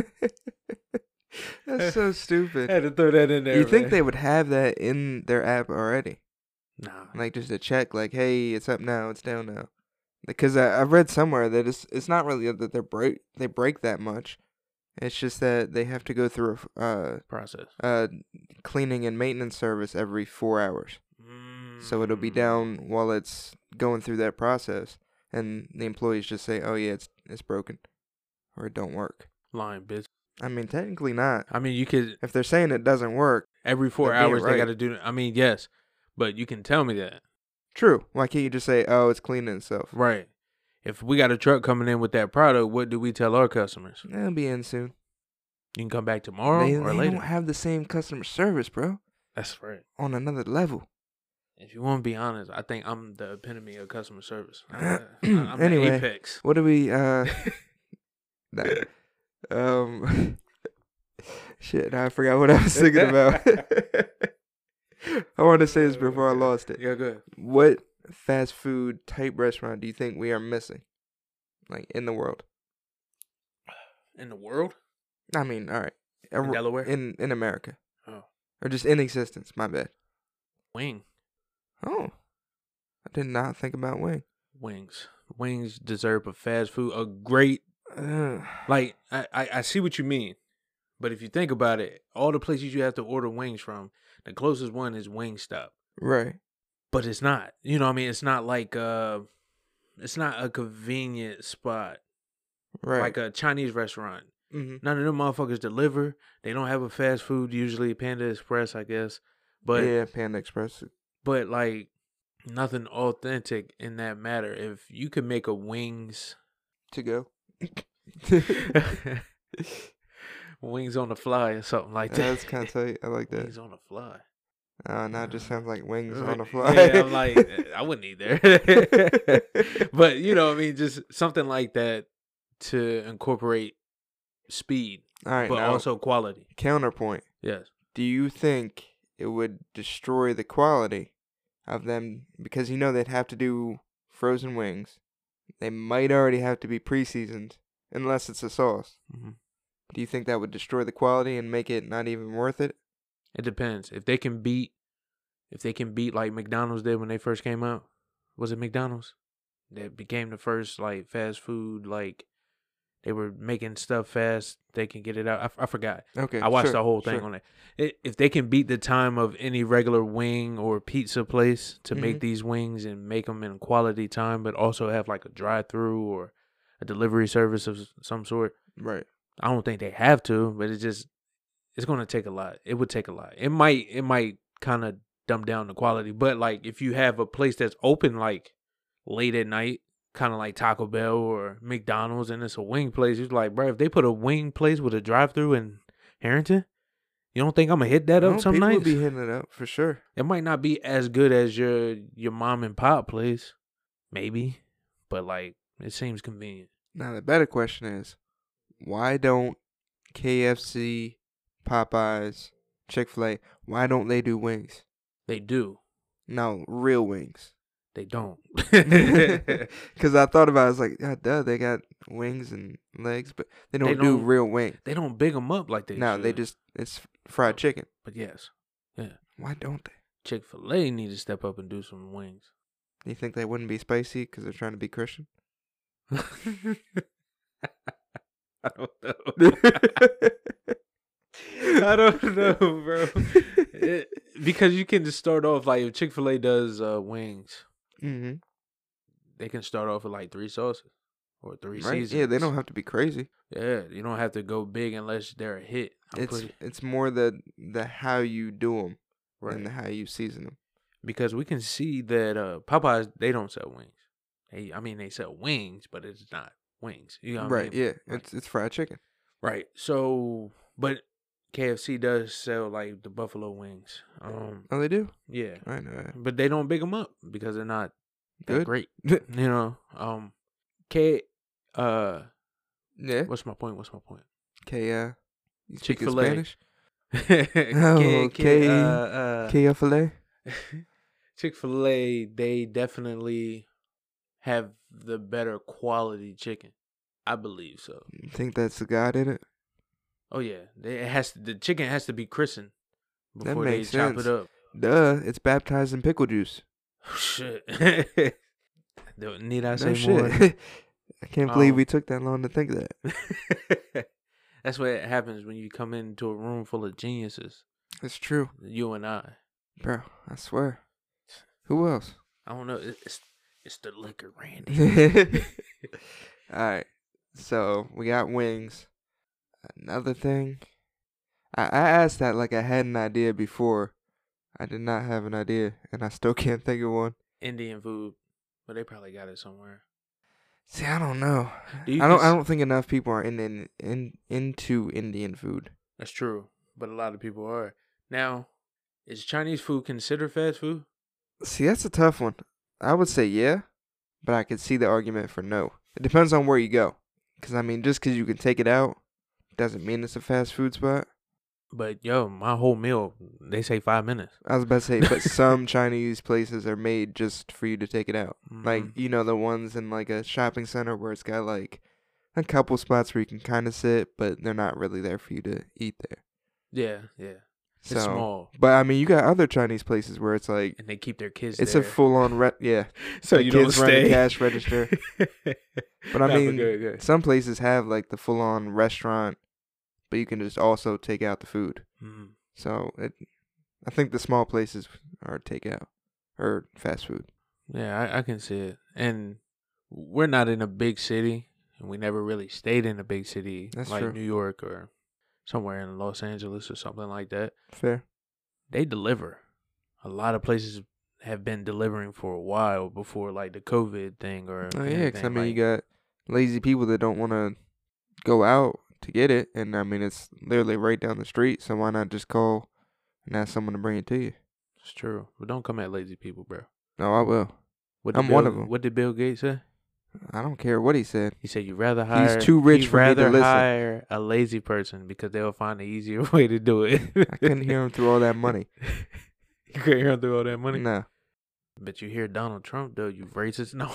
S4: that's so
S3: I
S4: stupid.
S3: had to throw that in there.
S4: You think
S3: man.
S4: they would have that in their app already?
S3: Nah.
S4: Like just a check, like hey, it's up now, it's down now. Because I, I read somewhere that it's it's not really that they break they break that much. It's just that they have to go through a f-
S3: process.
S4: uh, uh, cleaning and maintenance service every four hours. So it'll be
S3: Mm.
S4: down while it's going through that process, and the employees just say, "Oh yeah, it's it's broken, or it don't work."
S3: Lying, bitch.
S4: I mean, technically not.
S3: I mean, you could
S4: If they're saying it doesn't work,
S3: every 4
S4: They're being
S3: hours
S4: right.
S3: they got to do. I mean, yes, but you can tell me that,
S4: true. Why can't you just say, "Oh, it's cleaning itself"?
S3: right? If we got a truck coming in with that product, what do we tell our customers?
S4: It'll be in soon.
S3: You can come back tomorrow
S4: they
S3: or
S4: they
S3: later.
S4: don't have the same customer service, bro.
S3: That's right.
S4: On another level.
S3: If you want to be honest, I think I'm the epitome of customer service. Uh, I- I'm
S4: Anyway.
S3: the apex.
S4: What do we? Uh, nah. um, shit. I forgot what I was thinking about. I wanted to
S3: Uh,
S4: say this before I lost it.
S3: Yeah, good.
S4: what fast food type restaurant do you think we are missing like in the world
S3: In the world,
S4: i mean all right
S3: In
S4: Ar-
S3: Delaware?
S4: in in america
S3: Oh.
S4: or just in existence my bad
S3: wing,
S4: oh i did not think about wing
S3: wings, wings deserve a fast food, a great
S4: Ugh.
S3: Like I, I, I see what you mean, but if you think about it, all the places you have to order wings from, the closest one is Wingstop.
S4: right
S3: But it's not. You know, what I mean, it's not like uh, it's not a convenient spot
S4: right
S3: like a Chinese restaurant.
S4: mm-hmm.
S3: None of them motherfuckers deliver. They don't have a fast food usually. Panda Express, I guess. But
S4: yeah panda express
S3: but like nothing authentic in that matter. If you could make a wings
S4: to go
S3: wings on the fly or something like that.
S4: that's kind of tight i like that
S3: Wings on the fly.
S4: oh now it just sounds like wings on the fly
S3: Yeah, I'm like, eh. I wouldn't either. but you know, what I mean, just something like that to incorporate speed,
S4: all right
S3: but
S4: now,
S3: also quality.
S4: counterpoint
S3: Yes.
S4: do you think it would destroy the quality of them because you know they'd have to do frozen wings they might already have to be pre-seasoned unless it's a sauce
S3: Mm-hmm.
S4: do you think that would destroy the quality and make it not even worth it
S3: It depends if they can beat, if they can beat like McDonald's did when they first came out. Was it McDonald's that became the first like fast food like? They were making stuff fast. They can get it out. I, f- I forgot.
S4: okay
S3: I watched
S4: sure,
S3: the whole thing
S4: sure.
S3: on it. it. If they can beat the time of any regular wing or pizza place to
S4: Mhm.
S3: make these wings and make them in quality time, but also have like a drive through or a delivery service of s- some sort,
S4: right
S3: I don't think they have to. But it's just it's going to take a lot. It would take a lot. It might it might kind of dumb down the quality, but like if you have a place that's open like late at night. Kind of like Taco Bell or McDonald's, and it's a wing place. It's like, bro, if they put a wing place with a drive through and Harrington? You don't think I'm gonna hit that up
S4: No,
S3: some
S4: people
S3: nights?
S4: would be hitting it up for sure.
S3: it might not be as good as your your mom and pop place, maybe, but like it seems convenient.
S4: Now the better question is, why don't KFC, Popeyes, Chick Fil A, why don't they do wings?
S3: They do.
S4: No, real wings.
S3: They don't.
S4: Because I thought about, it, I was like, yeah, duh, they got wings and legs, but they don't,
S3: They
S4: do
S3: don't-
S4: real wings.
S3: they don't big them up like they.
S4: no, they
S3: should.
S4: just it's fried chicken.
S3: But yes,
S4: Why don't they?
S3: Chick Fil A need to step up and do some wings.
S4: Do you think they wouldn't be spicy because they're trying to be Christian?
S3: I don't know. I don't know, bro.
S4: Mm-hmm.
S3: It- Eh, because you can just start off like if Chick Fil A does uh, wings,
S4: hmm
S3: they can start off with like three sauces or three
S4: Right?
S3: seasons.
S4: Yeah, they don't have to be crazy.
S3: Yeah, you don't have to go big unless they're a hit. I'm
S4: it's
S3: pretty
S4: it's more the the how you do them
S3: right
S4: and the how you season them.
S3: because we can see that uh, Popeyes they don't sell wings. They, I mean, they sell wings, but it's not wings. You know what I
S4: right?
S3: mean?
S4: Yeah,
S3: Right.
S4: it's it's fried chicken.
S3: Right. So, but KFC does sell like the buffalo wings. Um,
S4: Oh, they do.
S3: yeah,
S4: I know. that.
S3: but they don't big them up because they're not that
S4: Good.
S3: great. You know, um, K, uh,
S4: Yeah.
S3: what's my point? What's my point?
S4: K. Uh, you speak in
S3: Chick-fil-A.
S4: Spanish.
S3: K, K,
S4: Oh, K-
S3: uh, uh,
S4: K. Filet.
S3: Chick fil A, they definitely have the better quality chicken. I believe so.
S4: Think that's the guy did it?
S3: Oh yeah. They, it has to, the chicken has to be christened
S4: That
S3: before they
S4: makes
S3: chop
S4: sense.
S3: it up.
S4: Duh, it's baptized in pickle juice.
S3: Shit. Don't- Need I say
S4: no
S3: more?
S4: shit. I can't believe
S3: Um,
S4: we took that long to think of that.
S3: That's what happens when you come into a room full of geniuses.
S4: It's true,
S3: You and I.
S4: bro. I swear. Who else?
S3: I don't know. it- It's it's the liquor, Randy.
S4: All right. So we got wings. Another thing, I, I asked that like I had an idea before. I did not have an idea, and I still can't think of one.
S3: Indian food, but they probably got it somewhere.
S4: See, I don't know.
S3: Do you
S4: I don't.
S3: cons-
S4: I don't think enough people are in, in, in into Indian food.
S3: That's true, but a lot of people are now. Is Chinese food considered fast food?
S4: See, that's a tough one. I would say yeah, but I could see the argument for no. It depends on where you go. Because, I mean, just because you can take it out doesn't mean it's a fast food spot.
S3: But yo, my whole meal they say five minutes.
S4: I was about to say, but some Chinese places are made just for you to take it out. Like,
S3: Mhm.
S4: you know, the ones in like a shopping center where it's got like a couple spots where you can kind of sit, but they're not really there for you to eat there.
S3: yeah, yeah, it's
S4: so,
S3: small,
S4: But, I mean, you got other Chinese places where it's like,
S3: and they keep their kids.
S4: it's a
S3: there.
S4: full on, re- yeah.
S3: so
S4: the
S3: you don't
S4: kids run the
S3: stay
S4: cash register. But I
S3: Nah,
S4: mean,
S3: good, good.
S4: some places have like the full on restaurant, but you can just also take out the food.
S3: Mm.
S4: So it, I think the small places are takeout or fast food.
S3: Yeah, I, I can see it. And we're not in a big city, and we never really stayed in a big city
S4: That's
S3: like
S4: true.
S3: New York or somewhere in Los Angeles or something like that.
S4: Fair.
S3: they deliver. A lot of places have been delivering for a while before like the COVID thing or
S4: Oh yeah, because I
S3: anything,
S4: mean you
S3: like-
S4: got lazy people that don't want to go out to get it, and I mean it's literally right down the street. So why not just call and ask someone to bring it to you?
S3: it's true. But don't come at lazy people, bro.
S4: No, I will.
S3: What did
S4: I'm one
S3: Bill-
S4: of 'em.
S3: What did Bill Gates say?
S4: I don't care what he said.
S3: He said you'd rather hire
S4: too rich
S3: you'd
S4: for me to
S3: rather
S4: listen."
S3: hire a lazy person because they'll find an easier way to do it.
S4: I couldn't hear him through all that money.
S3: you couldn't hear him through all that money.
S4: No,
S3: But you hear Donald Trump though, you racist. No,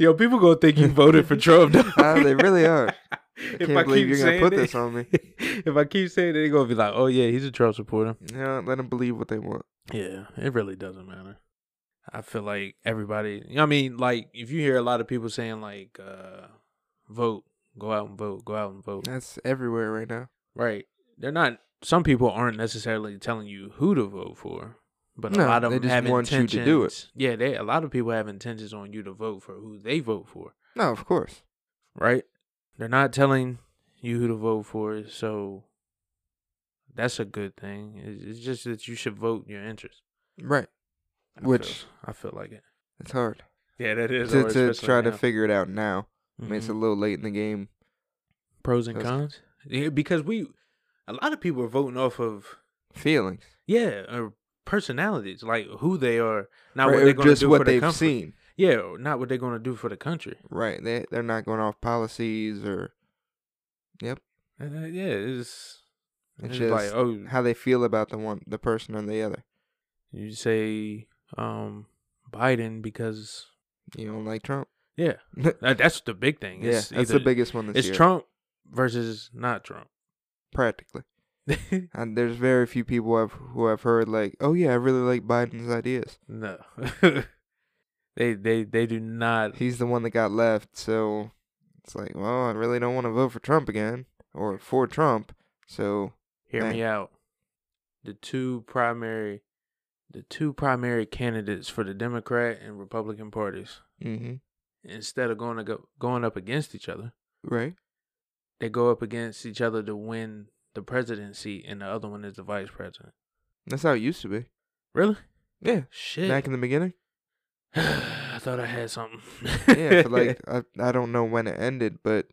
S3: yo, people gonna think you voted for Trump. Though.
S4: Uh, they really are. I
S3: if
S4: can't believe you're gonna
S3: saying
S4: put
S3: it-
S4: this on me.
S3: if I keep saying it, they're gonna be like, "Oh yeah, he's a Trump supporter."
S4: You know, let them believe what they want.
S3: Yeah, it really doesn't matter. I feel like everybody. I mean, like if you hear a lot of people saying like, uh, "Vote, go out and vote, go out and vote,"
S4: That's everywhere right now.
S3: right? They're not. Some people aren't necessarily telling you who to vote for, but a
S4: No,
S3: lot of
S4: they
S3: them
S4: just
S3: have
S4: want you
S3: intentions.
S4: to do it.
S3: Yeah, they a lot of people have intentions on you to vote for who they vote for.
S4: No, of course.
S3: right? They're not telling you who to vote for, so that's a good thing. It's- It's just that you should vote your interest.
S4: Right.
S3: I feel-
S4: Which-
S3: I feel like it.
S4: It's hard
S3: Yeah, that is
S4: to, to try to figure it out
S3: Mm-hmm.
S4: now. I mean, it's a little late in the game.
S3: pros and
S4: those-
S3: cons. Yeah, because we a lot of people are voting off of
S4: Feelings.
S3: yeah, or personalities, like who they are, not
S4: Right,
S3: what
S4: or
S3: they're going to
S4: just
S3: do
S4: what
S3: for the
S4: they've
S3: country.
S4: seen.
S3: Yeah, or not what they're going to do for the country.
S4: Right. They they're not going off policies or
S3: Uh, yeah, it's
S4: it's
S3: it's
S4: just
S3: like oh,
S4: how they feel about the one the person or the other.
S3: you say um Biden because
S4: You don't like Trump.
S3: yeah, that, that's the big thing.
S4: yeah,
S3: It's
S4: that's
S3: either-
S4: the biggest one this
S3: It's
S4: year.
S3: Trump versus not Trump.
S4: practically.
S3: no,
S4: And there's very few people I've, who I've heard like, oh yeah, I really like Biden's ideas.
S3: they they they do not.
S4: He's the one that got left, so it's like, well, I really don't want to vote for Trump again or for Trump. So
S3: Hear
S4: Right.
S3: me out. The two primary, the two primary candidates for the Democrat and Republican parties,
S4: hmm
S3: instead of going to go, going up against each other,
S4: right,
S3: they go up against each other to win the presidency, and the other one is the vice president.
S4: that's how it used to be.
S3: Really?
S4: Yeah,
S3: Shit.
S4: back in the beginning.
S3: I thought I had something.
S4: Yeah, for like I I don't know when it ended, but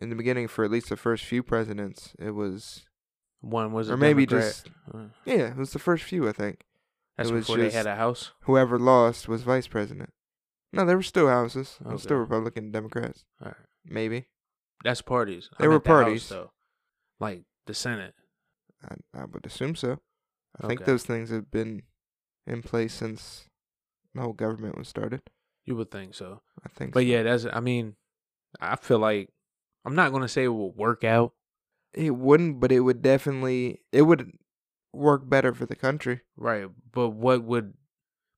S4: in the beginning, for at least the first few presidents, it was
S3: one was a
S4: or maybe
S3: Democrat.
S4: just
S3: Uh,
S4: yeah, it was the first few I think.
S3: that's
S4: it was
S3: before they
S4: just-
S3: had a house.
S4: Whoever lost was vice president. No, there were still houses. There were still
S3: Okay.
S4: Republican and Democrats.
S3: All right.
S4: Maybe
S3: That's parties. I
S4: They were
S3: meant the House,
S4: parties.
S3: though. Like the Senate.
S4: I, I would assume so. I think
S3: Okay.
S4: those things have been in place since the whole government was started.
S3: You would think so.
S4: I think.
S3: But
S4: so.
S3: yeah, that's. I mean, I feel like I'm not gonna say it will work out.
S4: it wouldn't, but it would definitely it would work better for the country.
S3: Right. But what would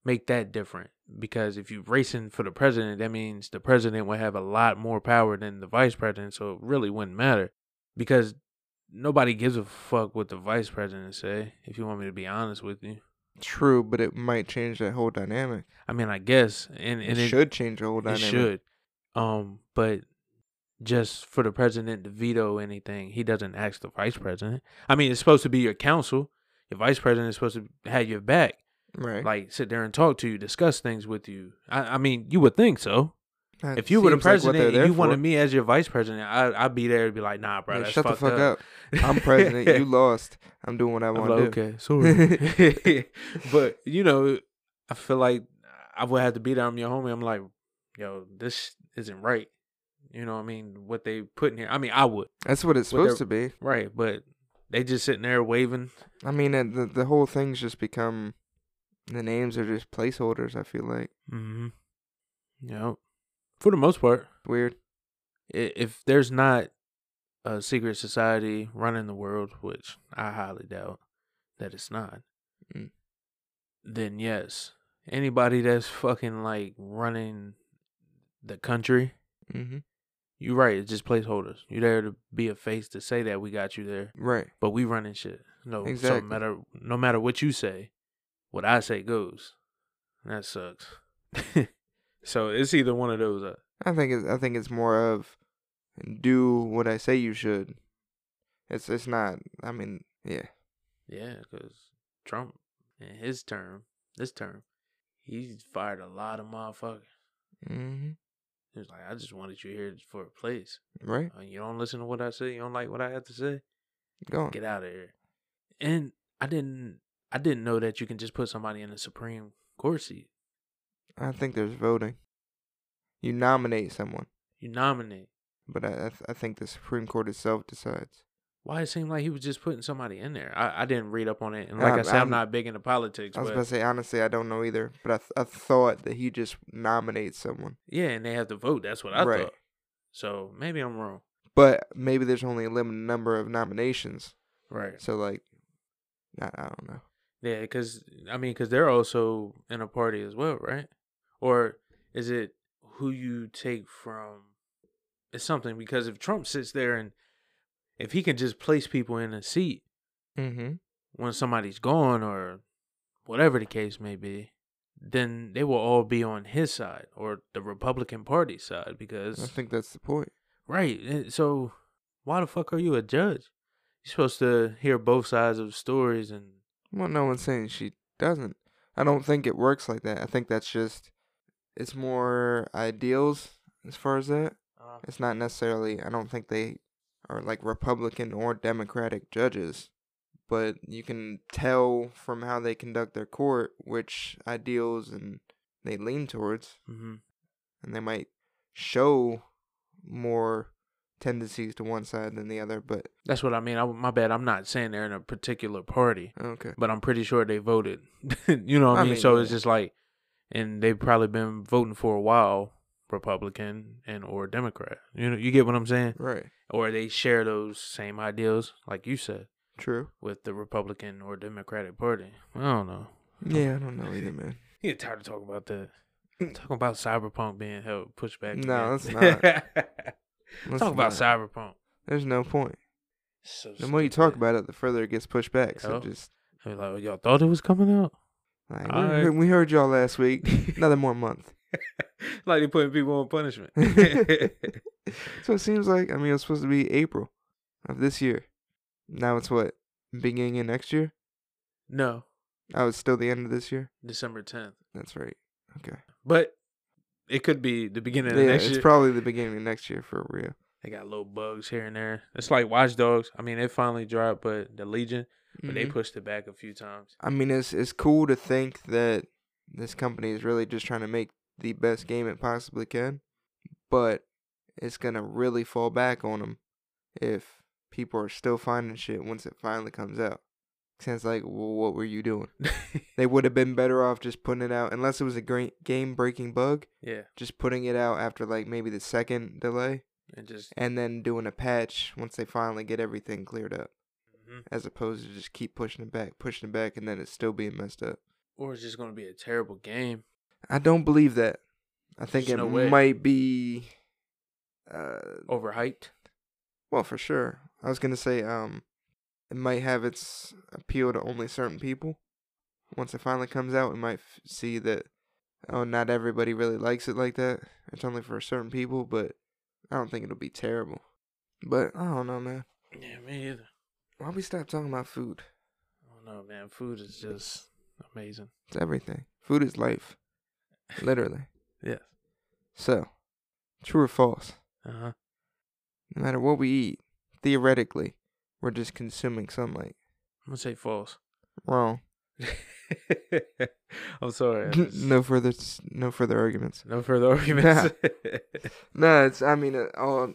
S3: make that different? Because if you're racing for the president, that means the president would have a lot more power than the vice president, so it really wouldn't matter. Because nobody gives a fuck what the vice president say, if you want me to be honest with you.
S4: True, but it might change that whole dynamic.
S3: I mean I guess and, and
S4: it, should change the whole
S3: it
S4: dynamic.
S3: should. Um, but just for the president to veto anything, he doesn't ask the vice president. I mean, it's supposed to be your counsel. Your vice president is supposed to have your back.
S4: Right.
S3: like sit there and talk to you, discuss things with you. I, I mean, you would think so.
S4: That
S3: if you were the
S4: seems like what
S3: president
S4: they're
S3: and
S4: there
S3: you wanted
S4: for.
S3: me as your vice president, I, I'd be there and be like, nah, bro,
S4: Yeah,
S3: that's
S4: shut the
S3: fucked
S4: fuck
S3: up.
S4: up. I'm president. you lost. I'm doing what I
S3: I'm
S4: want
S3: like,
S4: to
S3: okay, sorry. but you know, I feel like I would have to be there. I'm your homie. I'm like, yo, this isn't right. You know what I mean? What they put in here. I mean, I would.
S4: do. That's what it's
S3: What they're-
S4: supposed to be.
S3: Right. But they just sitting there waving.
S4: I mean, it, the the whole thing's just become the names are just placeholders. I feel like
S3: Mm-hmm. You know, for the most part.
S4: weird.
S3: i- if there's not a secret society running the world, which I highly doubt that it's not,
S4: Mm.
S3: then yes, anybody that's fucking like running the country,
S4: hmm
S3: you're right. It's just placeholders. You're there to be a face to say that we got you there,
S4: Right.
S3: but we running shit. No,
S4: Exactly.
S3: so matter no matter what you say, what I say goes. And that sucks. so it's either one of those. Uh,
S4: I think it's I think it's more of do what I say you should. It's it's not. I mean, yeah,
S3: Yeah, because Trump in his term, this term, he fired a lot of motherfuckers.
S4: hmm
S3: He was like, I just wanted you here for a place.
S4: right.
S3: Uh, you don't listen to what I say. You don't like what I have to say.
S4: Go on.
S3: Get out of here. And I didn't, I didn't know that you can just put somebody in a Supreme Court seat.
S4: I think there's voting. You nominate someone,
S3: You nominate.
S4: but I I, th- I think the Supreme Court itself decides.
S3: Why it seemed like he was just putting somebody in there. I, I didn't read up on it, and like i
S4: Um,
S3: said, I'm,
S4: I'm-
S3: not big into politics.
S4: I was
S3: but
S4: about to say honestly, I don't know either, but I th- I thought that he just nominates someone.
S3: yeah, and they have to vote. That's what I
S4: Right.
S3: thought. So maybe I'm wrong.
S4: But maybe there's only a limited number of nominations,
S3: Right.
S4: so like, I, I don't know.
S3: Yeah, because I mean, because they're also in a party as well, right? Or is it who you take from? It's something because if Trump sits there and if he can just place people in a seat
S4: Mm-hmm.
S3: when somebody's gone or whatever the case may be, then they will all be on his side or the Republican Party side
S4: I
S3: because
S4: think that's the point.
S3: right. eh, So why the fuck are you a judge? You're supposed to hear both sides of stories and
S4: Well, no one's saying she doesn't. I don't think it works like that. I think that's just it's
S3: Uh-huh.
S4: more ideals as far as that. It's not necessarily. I don't think they are like Republican or Democratic judges, but you can tell from how they conduct their court which ideals and they lean towards,
S3: hmm
S4: and they might show more tendencies to one side than the other. But
S3: That's what I mean. I, my bad. I'm not saying they're in a particular party,
S4: okay,
S3: but I'm pretty sure they voted. you know what I,
S4: I
S3: mean?
S4: mean,
S3: So it's
S4: yeah.
S3: just like, and they've probably been voting for a while, Republican and or Democrat. You know, you get what I'm saying?
S4: right,
S3: Or they share those same ideals, like you said,
S4: true.
S3: with the Republican or Democratic Party. I don't know.
S4: Yeah, I don't know either, man.
S3: You get tired of talking about that. Talking about cyberpunk being held pushed back.
S4: Mm. No,
S3: again.
S4: let's Let's
S3: Talk about
S4: not-
S3: cyberpunk.
S4: There's no point.
S3: So
S4: The more you talk about it, the further it gets pushed back. So
S3: Yup.
S4: just
S3: it, like "Oh, y'all thought it was coming out.
S4: like we,
S3: All right.
S4: heard, we heard y'all last week. Another more month.
S3: like they putting people on punishment.
S4: So it seems like I mean it was supposed to be April of this year. Now it's what beginning of next year.
S3: no,
S4: Oh, it's still the end of this year.
S3: December tenth,
S4: That's right. Okay.
S3: but it could be the beginning of
S4: yeah,
S3: next
S4: it's
S3: year.
S4: probably the beginning of next year for real.
S3: they got little bugs here and there. It's like Watch Dogs. I mean, it finally dropped, but the Legion, but they
S4: Mhm.
S3: pushed it back a few times.
S4: I mean, it's it's cool to think that this company is really just trying to make the best game it possibly can, but it's gonna really fall back on them if people are still finding shit once it finally comes out. Sounds like, well, what were you doing? They would have been better off just putting it out, unless it was a great game-breaking bug,
S3: yeah,
S4: just putting it out after like maybe the second delay,
S3: and just
S4: and then doing a patch once they finally get everything cleared up,
S3: mhm.
S4: as opposed to just keep pushing it back, pushing it back, and then it's still being messed up.
S3: or it's just gonna be a terrible game.
S4: I don't believe that. I think
S3: There's
S4: it
S3: no way.
S4: might be. Uh,
S3: Overhyped.
S4: well, for sure. I was gonna say, um, it might have its appeal to only certain people. Once it finally comes out, we might f- see that. Oh, not everybody really likes it like that. It's only for certain people, but I don't think it'll be terrible. But I don't know, man.
S3: Yeah, me either.
S4: Why we stop talking about food?
S3: I don't know, man. Food is just amazing.
S4: It's everything. Food is life, literally.
S3: Yes.
S4: So, true or false?
S3: Uh huh.
S4: No matter what we eat, theoretically, we're just consuming sunlight.
S3: I'm gonna say false.
S4: Wrong.
S3: I'm sorry. I just-
S4: no further. s- No further arguments.
S3: No further arguments.
S4: No, it's. I mean, it, all.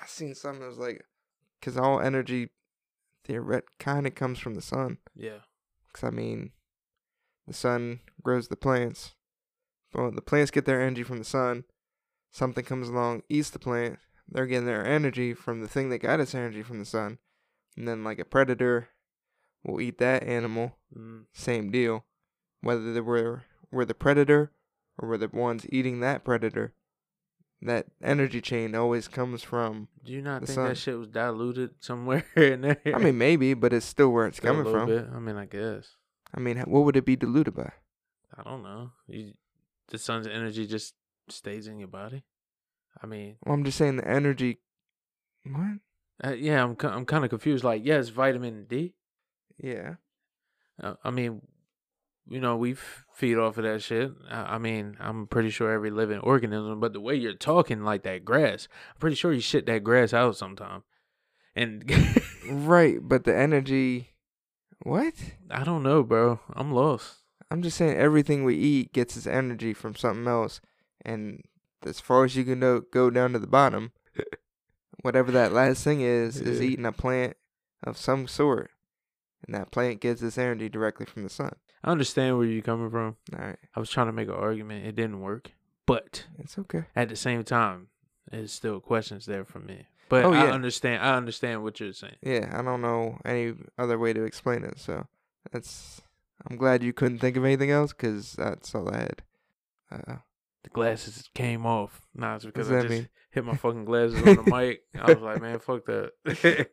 S4: I seen something that was like, because all energy, theoret kind of comes from the sun.
S3: yeah.
S4: Because I mean, the sun grows the plants. Well, the plants get their energy from the sun. Something comes along, eats the plant. They're getting their energy from the thing that got its energy from the sun. And then, like a predator, will eat that animal.
S3: Mm,
S4: Same deal. Whether they were we're the predator or we're the ones eating that predator, that energy chain always comes from.
S3: do you not
S4: The
S3: think
S4: sun.
S3: that shit was diluted somewhere in there?
S4: I mean, maybe, but it's still where it's
S3: Still a
S4: coming
S3: little
S4: from.
S3: bit. I mean, I guess.
S4: I mean, h- what would it be diluted by?
S3: I don't know. You, the sun's energy just stays in your body. I mean,
S4: Well, I'm just saying the energy. What?
S3: uh, yeah, I'm ki- I'm kind of confused. Like, yes, vitamin D.
S4: Yeah.
S3: Uh, I mean, you know, we f- feed off of that shit. I, I mean, I'm pretty sure every living organism, but the way you're talking, like that grass, I'm pretty sure you shit that grass out sometime. And
S4: Right, but the energy. What?
S3: I don't know, bro. I'm lost.
S4: I'm just saying everything we eat gets its energy from something else, and as far as you can know, go down to the bottom, whatever that last thing is, is
S3: Yeah.
S4: eating a plant of some sort, and that plant gets its energy directly from the sun.
S3: I understand where you're coming from.
S4: All right,
S3: I was trying to make an argument. It didn't work. But
S4: it's okay.
S3: at the same time, there's still questions there for me. But
S4: Oh,
S3: I
S4: yeah.
S3: understand. I understand what you're saying.
S4: Yeah, I don't know any other way to explain it, so that's. I'm glad you couldn't think of anything else, cause that's all I had. Uh,
S3: The glasses came off. Nah, it's because
S4: does
S3: I
S4: that
S3: just
S4: mean?
S3: hit my fucking glasses on the mic. I was like, man, fuck that.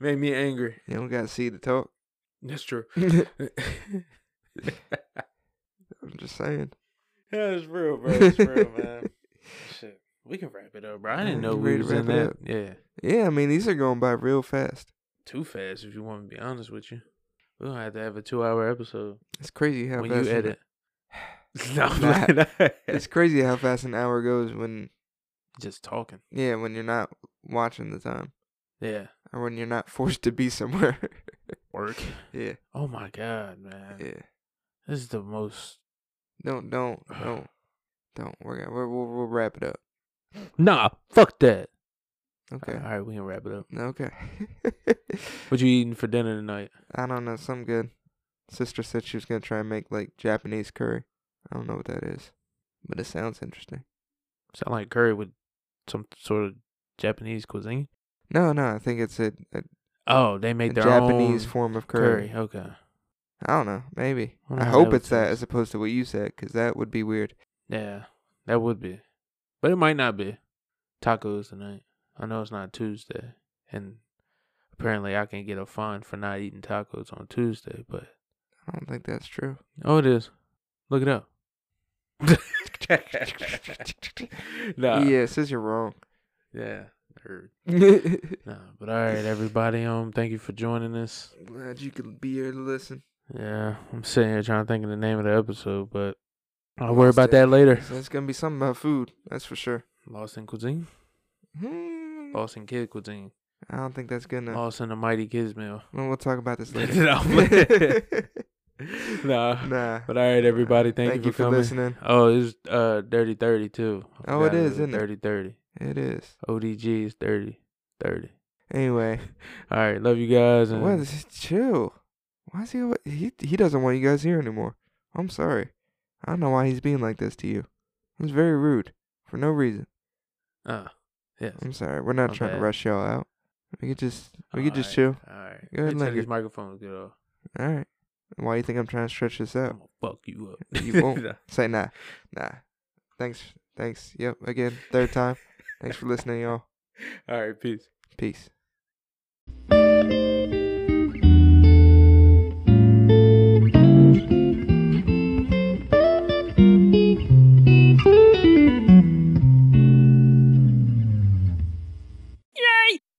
S3: Made me angry.
S4: you don't gotta see the talk.
S3: That's true.
S4: I'm
S3: That's
S4: just saying.
S3: real, bro. That's real, man. Shit. We can wrap it up, bro. I didn't know
S4: You
S3: we
S4: ready to
S3: was in
S4: wrap it
S3: that.
S4: up?
S3: Yeah.
S4: Yeah, I mean these are going by real fast.
S3: Too fast, if you want to be honest with you. We're going to have to have a two hour episode.
S4: It's crazy how
S3: when
S4: fast
S3: you
S4: an-
S3: edit. no, I'm
S4: Nah.
S3: not.
S4: It's crazy how fast an hour goes when
S3: just talking.
S4: yeah when you're not watching the time.
S3: Yeah.
S4: or when you're not forced to be somewhere.
S3: Work.
S4: yeah,
S3: Oh my god, man.
S4: yeah.
S3: This is the most
S4: Don't, don't, don't, don't. We're gonna, we're, we'll, we'll wrap it up.
S3: Nah, fuck that.
S4: Okay.
S3: All right, we can wrap it up.
S4: Okay.
S3: What you eating for dinner tonight?
S4: I don't know. Some good. Sister said she was gonna try and make like Japanese curry. I don't know what that is, but it sounds interesting.
S3: Sound like curry with some sort of Japanese cuisine?
S4: No, no. I think it's a, a,
S3: Oh, they
S4: a
S3: make their
S4: Japanese
S3: own
S4: form of curry.
S3: curry. Okay.
S4: I don't know. Maybe.
S3: I don't
S4: I
S3: know
S4: hope
S3: what
S4: it's that
S3: it is.
S4: as opposed to what you said, because that would be weird.
S3: Yeah, that would be. But it might not be. Tacos tonight. I know it's not Tuesday. And apparently I can get a fine for not eating tacos on Tuesday, but
S4: I don't think that's true.
S3: oh it is. Look it up. nah. Yeah.
S4: Yes, says you're wrong.
S3: Yeah. Nerd.
S4: Glad
S3: Nah. But all right, everybody. Um, thank you for joining us.
S4: you could be here to listen.
S3: Yeah, I'm sitting here trying to think of the name of the episode, but I'll
S4: Lost
S3: worry about
S4: it.
S3: that later.
S4: So it's gonna be something about food, that's for sure.
S3: Lost in cuisine.
S4: Hmm.
S3: Lost in kid cuisine.
S4: I don't think that's good enough.
S3: Lost in the mighty kids meal.
S4: Well, we'll talk about this later.
S3: no. Nah.
S4: nah.
S3: But all right, everybody. Thank, you for coming.
S4: listening.
S3: Oh, it's uh dirty thirty too. I
S4: Oh, it
S3: forgot
S4: is,
S3: was
S4: isn't it?
S3: dirty thirty.
S4: It is.
S3: ODG is dirty thirty.
S4: Anyway,
S3: All right, love you guys. And
S4: what is chill? Why is he? alwa- He he doesn't want you guys here anymore. I'm sorry. I don't know why he's being like this to you. It's very rude for no reason.
S3: Uh, yes.
S4: I'm sorry. We're not
S3: My
S4: trying
S3: bad.
S4: to rush y'all out. We could just we could
S3: All
S4: just
S3: right,
S4: chill.
S3: All right.
S4: Go ahead and
S3: Until
S4: linger.
S3: these microphones get off.
S4: All right. Why you think I'm trying to stretch this out?
S3: I'm gonna fuck you up.
S4: You won't. Say nah, nah. Thanks, thanks. Yep, again, third time. Thanks for listening, y'all.
S3: All right, peace.
S4: Peace.
S1: All